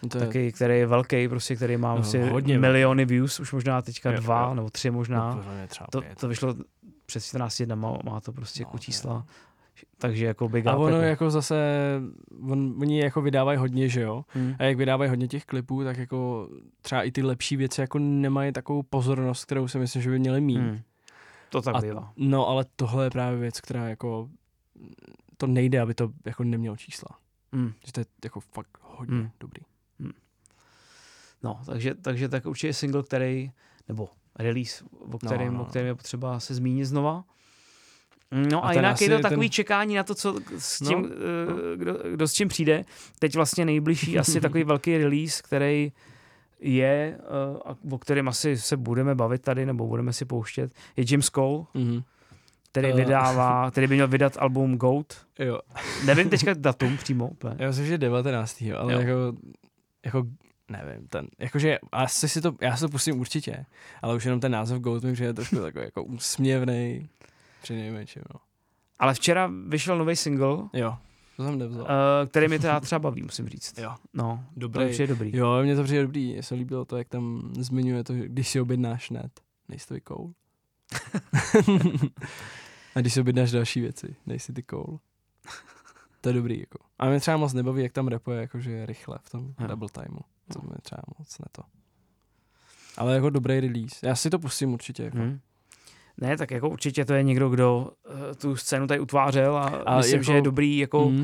[SPEAKER 2] To je-
[SPEAKER 1] taky, který je velký, prostě, který má
[SPEAKER 2] No,
[SPEAKER 1] vlastně
[SPEAKER 2] hodně
[SPEAKER 1] miliony views, už možná teďka
[SPEAKER 2] Jo,
[SPEAKER 1] dva
[SPEAKER 2] jo.
[SPEAKER 1] nebo tři
[SPEAKER 2] No,
[SPEAKER 1] možná.
[SPEAKER 2] podle mě třeba
[SPEAKER 1] To,
[SPEAKER 2] pět.
[SPEAKER 1] to vyšlo před 14 dnama, má to prostě
[SPEAKER 2] No,
[SPEAKER 1] jako
[SPEAKER 2] to je-
[SPEAKER 1] čísla. Takže jako big
[SPEAKER 2] A
[SPEAKER 1] up.
[SPEAKER 2] ono
[SPEAKER 1] jako.
[SPEAKER 2] jako zase, on, oni jako vydávají hodně, že jo?
[SPEAKER 1] Hmm.
[SPEAKER 2] A jak vydávají hodně těch klipů, tak jako třeba i ty lepší věci jako nemají takovou pozornost, kterou si myslím, že by měli mít.
[SPEAKER 1] Hmm. To tak
[SPEAKER 2] A-
[SPEAKER 1] bývá.
[SPEAKER 2] No ale tohle je právě věc, která jako, to nejde, aby to jako nemělo čísla.
[SPEAKER 1] Mm.
[SPEAKER 2] Že to je jako fakt hodně
[SPEAKER 1] Mm.
[SPEAKER 2] dobrý.
[SPEAKER 1] No, takže, takže tak určitě single, který, nebo release, o kterém, no,
[SPEAKER 2] no,
[SPEAKER 1] no. o
[SPEAKER 2] no.
[SPEAKER 1] kterém je potřeba se zmínit znova. No a,
[SPEAKER 2] A
[SPEAKER 1] a
[SPEAKER 2] ten
[SPEAKER 1] jinak je
[SPEAKER 2] asi
[SPEAKER 1] to
[SPEAKER 2] ten-
[SPEAKER 1] takový ten... čekání na to, co s
[SPEAKER 2] No,
[SPEAKER 1] tím, no, Kdo, kdo s tím přijde. Teď vlastně nejbližší asi takový velký release, který je, eh, a o kterém asi se budeme bavit tady, nebo budeme si pouštět, je Jim Cole,
[SPEAKER 2] Mm-hmm.
[SPEAKER 1] který
[SPEAKER 2] Eh.
[SPEAKER 1] vydává, který by měl vydat album Goat.
[SPEAKER 2] Jo,
[SPEAKER 1] Nevím teďka datum přímo úplně.
[SPEAKER 2] já myslím, že 19. ale
[SPEAKER 1] Jo.
[SPEAKER 2] jo. jako, jako nevím, ten, jakože asi si to, já si to pustím určitě, ale už jenom ten název Goat mi přijde trošku takový jako úsměvnej, při nejmenším, no.
[SPEAKER 1] Ale včera vyšel nový single,
[SPEAKER 2] Jo, to jsem nevzal.
[SPEAKER 1] eh, který mi teda třeba baví, musím říct.
[SPEAKER 2] Jo.
[SPEAKER 1] No, to
[SPEAKER 2] Dobrý.
[SPEAKER 1] je určitě dobrý.
[SPEAKER 2] Jo, mně to přijde dobrý, mně se líbilo to, jak tam zmiňuje to, že když si objednáš net, nejsi to ty koul. a když si objednáš další věci, nejsi ty koul. To je dobrý, jako. A mě třeba moc nebaví, jak tam repuje, jakože rychle v tom
[SPEAKER 1] Jo. No.
[SPEAKER 2] double timeu. To
[SPEAKER 1] Jo.
[SPEAKER 2] mě třeba moc ne to. Ale jako dobrý release. Já si to pustím určitě. Jako.
[SPEAKER 1] Hmm. Ne, tak jako určitě to je někdo, kdo uh, tu scénu tady utvářel a,
[SPEAKER 2] A
[SPEAKER 1] myslím,
[SPEAKER 2] jako-
[SPEAKER 1] že je dobrý, jako, hmm.
[SPEAKER 2] Mm.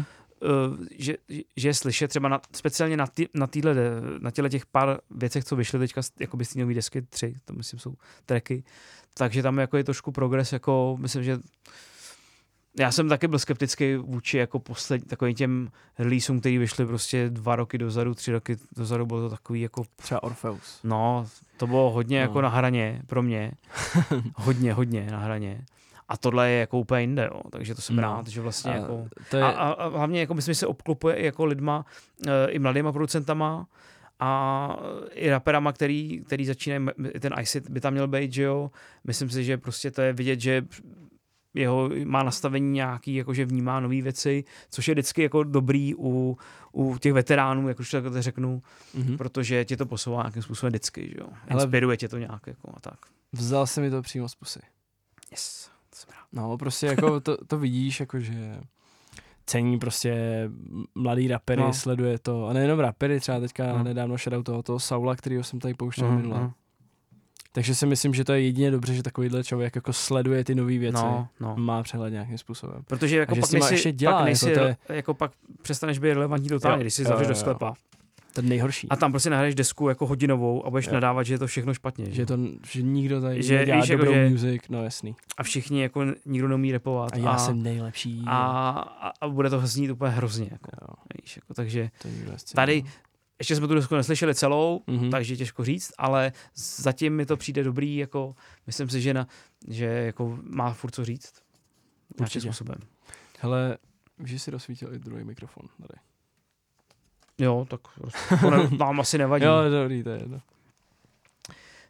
[SPEAKER 1] uh, že, že je slyšet třeba na, speciálně na, ty, na, týhle, na těle těch pár věcech, co vyšly teďka, z- jako by z té nový desky, tři, to myslím jsou tracky, takže tam jako je trošku progres, jako myslím, že já jsem taky byl skeptický vůči jako posled, takovým těm releaseům, který vyšly prostě dva roky dozadu, tři roky dozadu, bylo to takový jako
[SPEAKER 2] Třeba Orfeus.
[SPEAKER 1] No, to bylo hodně
[SPEAKER 2] No.
[SPEAKER 1] jako na hraně pro mě. hodně, hodně na hraně. A tohle je jako úplně jinde, jo. takže to jsem
[SPEAKER 2] No.
[SPEAKER 1] rád, že vlastně
[SPEAKER 2] A
[SPEAKER 1] a, jako...
[SPEAKER 2] To je,
[SPEAKER 1] A, a, a hlavně jako myslím, že se obklopuje i jako lidma, e, i mladýma producentama a eh, i raperama, který, který začínají, m- ten ICIT by tam měl být, že jo. Myslím si, že prostě to je vidět, že jeho má nastavení nějaký, jakože vnímá nové věci, což je vždycky jako dobrý u, u těch veteránů, jak už to takhle řeknu,
[SPEAKER 2] mhm.
[SPEAKER 1] protože tě to posouvá nějakým způsobem vždycky, že jo.
[SPEAKER 2] Ale-
[SPEAKER 1] Inspiruje tě to nějak, jako a tak.
[SPEAKER 2] Vzal se mi to přímo z pusy.
[SPEAKER 1] Yes, to jsem rád.
[SPEAKER 2] No, prostě jako to, to vidíš, jako že cení prostě mladý rapery,
[SPEAKER 1] No.
[SPEAKER 2] no. sleduje to. A nejenom rapery, třeba teďka
[SPEAKER 1] No. Mhm,
[SPEAKER 2] no. nedávno shoutout toho, toho Saula, kterýho jsem tady pouštěl mm, minule. Takže si myslím, že to je jedině dobře, že takovýhle člověk jako sleduje ty nové věci.
[SPEAKER 1] No,
[SPEAKER 2] No.
[SPEAKER 1] no.
[SPEAKER 2] Má přehled nějakým způsobem.
[SPEAKER 1] Protože jako
[SPEAKER 2] že
[SPEAKER 1] pak
[SPEAKER 2] s nima
[SPEAKER 1] nejsi,
[SPEAKER 2] ještě dělá,
[SPEAKER 1] pak
[SPEAKER 2] jako
[SPEAKER 1] nejsi,
[SPEAKER 2] to
[SPEAKER 1] re-
[SPEAKER 2] je-
[SPEAKER 1] jako pak přestaneš být relevantní totálně,
[SPEAKER 2] Jo,
[SPEAKER 1] když si
[SPEAKER 2] jo,
[SPEAKER 1] zavřeš
[SPEAKER 2] jo,
[SPEAKER 1] do
[SPEAKER 2] jo.
[SPEAKER 1] sklepa
[SPEAKER 2] To je nejhorší.
[SPEAKER 1] a tam prostě nahraješ desku jako hodinovou a budeš
[SPEAKER 2] Jo.
[SPEAKER 1] nadávat, že je to všechno špatně.
[SPEAKER 2] Že, to, že nikdo tady
[SPEAKER 1] Že
[SPEAKER 2] že, nedělá
[SPEAKER 1] víš, jako,
[SPEAKER 2] dobrou
[SPEAKER 1] že-
[SPEAKER 2] že... music, no jasný.
[SPEAKER 1] A všichni jako nikdo neumí repovat.
[SPEAKER 2] A já a, jsem nejlepší.
[SPEAKER 1] a, a, a, bude to znít úplně hrozně. Jako,
[SPEAKER 2] jo,
[SPEAKER 1] víš, jako, takže
[SPEAKER 2] to nikdo nescení.
[SPEAKER 1] Tady- ještě jsme tu desku neslyšeli celou,
[SPEAKER 2] Mhm.
[SPEAKER 1] takže těžko říct, ale zatím mi to přijde dobrý, jako myslím si, že, na, že jako má furt co říct. Nějakým
[SPEAKER 2] Určitě.
[SPEAKER 1] způsobem.
[SPEAKER 2] Hele, víš, že si rozsvítil i druhý mikrofon tady.
[SPEAKER 1] Jo, tak to ne, nám asi nevadí.
[SPEAKER 2] Jo, dobrý, to je jedno.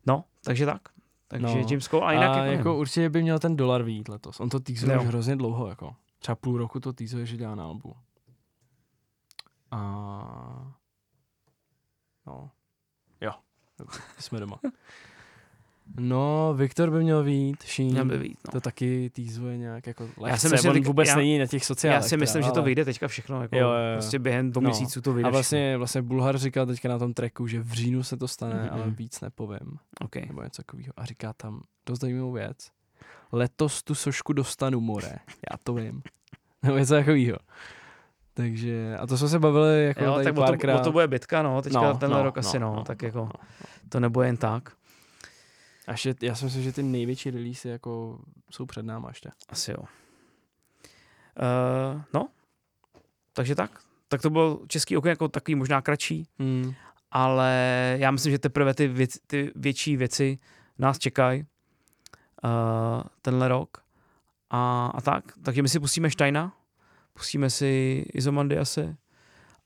[SPEAKER 1] No, takže tak. Takže no.
[SPEAKER 2] No.
[SPEAKER 1] James Cole, a jinak
[SPEAKER 2] a
[SPEAKER 1] jako,
[SPEAKER 2] jako určitě by měl ten dolar vyjít letos. On to teaseruje
[SPEAKER 1] Jo.
[SPEAKER 2] už hrozně dlouho, jako. Třeba půl roku to teaseruje, že dělá na albu. A... No. Jo. Dobře, jsme doma. No, Viktor by měl vyjít,
[SPEAKER 1] měl
[SPEAKER 2] Sheen.
[SPEAKER 1] by být, no.
[SPEAKER 2] To taky teasuje nějak jako lehce.
[SPEAKER 1] si myslím,
[SPEAKER 2] On
[SPEAKER 1] že-
[SPEAKER 2] vůbec
[SPEAKER 1] já-
[SPEAKER 2] není na těch sociálech.
[SPEAKER 1] Já si myslím,
[SPEAKER 2] teda,
[SPEAKER 1] že to
[SPEAKER 2] ale-
[SPEAKER 1] vyjde teďka všechno, jako
[SPEAKER 2] Jo, jo, jo.
[SPEAKER 1] prostě během dvou
[SPEAKER 2] No.
[SPEAKER 1] měsíců to vyjde
[SPEAKER 2] A vlastně, vlastně Bulhar říkal teďka na tom tracku, že v říjnu se to stane,
[SPEAKER 1] Mhm.
[SPEAKER 2] ale víc nepovím.
[SPEAKER 1] všechno. Okay.
[SPEAKER 2] nebo něco takového. A říká tam dost zajímavou věc. Letos tu sošku dostanu, more. Já to vím. Nebo něco takového. Takže, a to jsme se bavili jako
[SPEAKER 1] Jo,
[SPEAKER 2] tady
[SPEAKER 1] tak o to,
[SPEAKER 2] párkrát.
[SPEAKER 1] o to bude bitka, no, teďka no, tenhle no, rok asi, no, no, tak jako
[SPEAKER 2] no.
[SPEAKER 1] to nebude jen tak,
[SPEAKER 2] A že, já si myslím, že ty největší release jako jsou před náma ještě.
[SPEAKER 1] asi jo. Uh, no, takže tak. Tak to bylo český okno jako takový možná kratší,
[SPEAKER 2] Mm.
[SPEAKER 1] ale já myslím, že teprve ty, věc, ty větší věci nás čekají uh, tenhle rok a, a tak. Takže my si pustíme Steina, pustíme si Izomandiase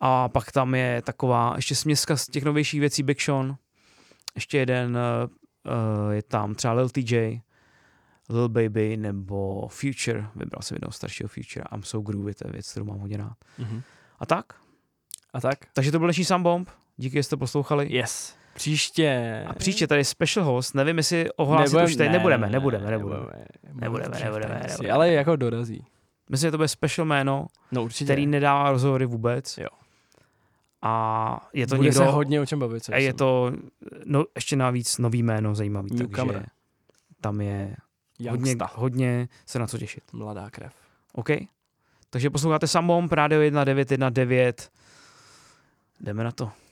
[SPEAKER 1] a pak tam je taková ještě směska z těch novějších věcí Big Sean, ještě jeden uh, je tam třeba Lil TJ, Lil Baby nebo Future, vybral jsem jednoho staršího Future, I'm So Groovy, to je věc, kterou mám hodně rád.
[SPEAKER 2] Mm-hmm.
[SPEAKER 1] A tak,
[SPEAKER 2] A tak?
[SPEAKER 1] takže to byl dnešní Sambomb, díky, že jste poslouchali.
[SPEAKER 2] Yes. Příště.
[SPEAKER 1] A příště tady je special host, nevím, jestli ohlásit
[SPEAKER 2] Nebudem-
[SPEAKER 1] už teď,
[SPEAKER 2] ne,
[SPEAKER 1] nebudeme,
[SPEAKER 2] ne,
[SPEAKER 1] nebudeme, nebudeme. Nebudeme,
[SPEAKER 2] Příště,
[SPEAKER 1] nebudeme,
[SPEAKER 2] tak asi.
[SPEAKER 1] nebudeme.
[SPEAKER 2] Ale jako dorazí.
[SPEAKER 1] Myslím, že to bude special jméno,
[SPEAKER 2] No určitě.
[SPEAKER 1] který nedává rozhovory vůbec.
[SPEAKER 2] Jo.
[SPEAKER 1] A je to
[SPEAKER 2] Bude
[SPEAKER 1] někdo,
[SPEAKER 2] se hodně o čem bavit. co
[SPEAKER 1] a je
[SPEAKER 2] myslím.
[SPEAKER 1] to no, ještě navíc nový jméno zajímavý,
[SPEAKER 2] Newcomer.
[SPEAKER 1] takže tam je hodně,
[SPEAKER 2] Youngsta.
[SPEAKER 1] hodně se na co těšit.
[SPEAKER 2] Mladá krev.
[SPEAKER 1] OK? Takže posloucháte Samom, Rádio 1919. Jdeme na to.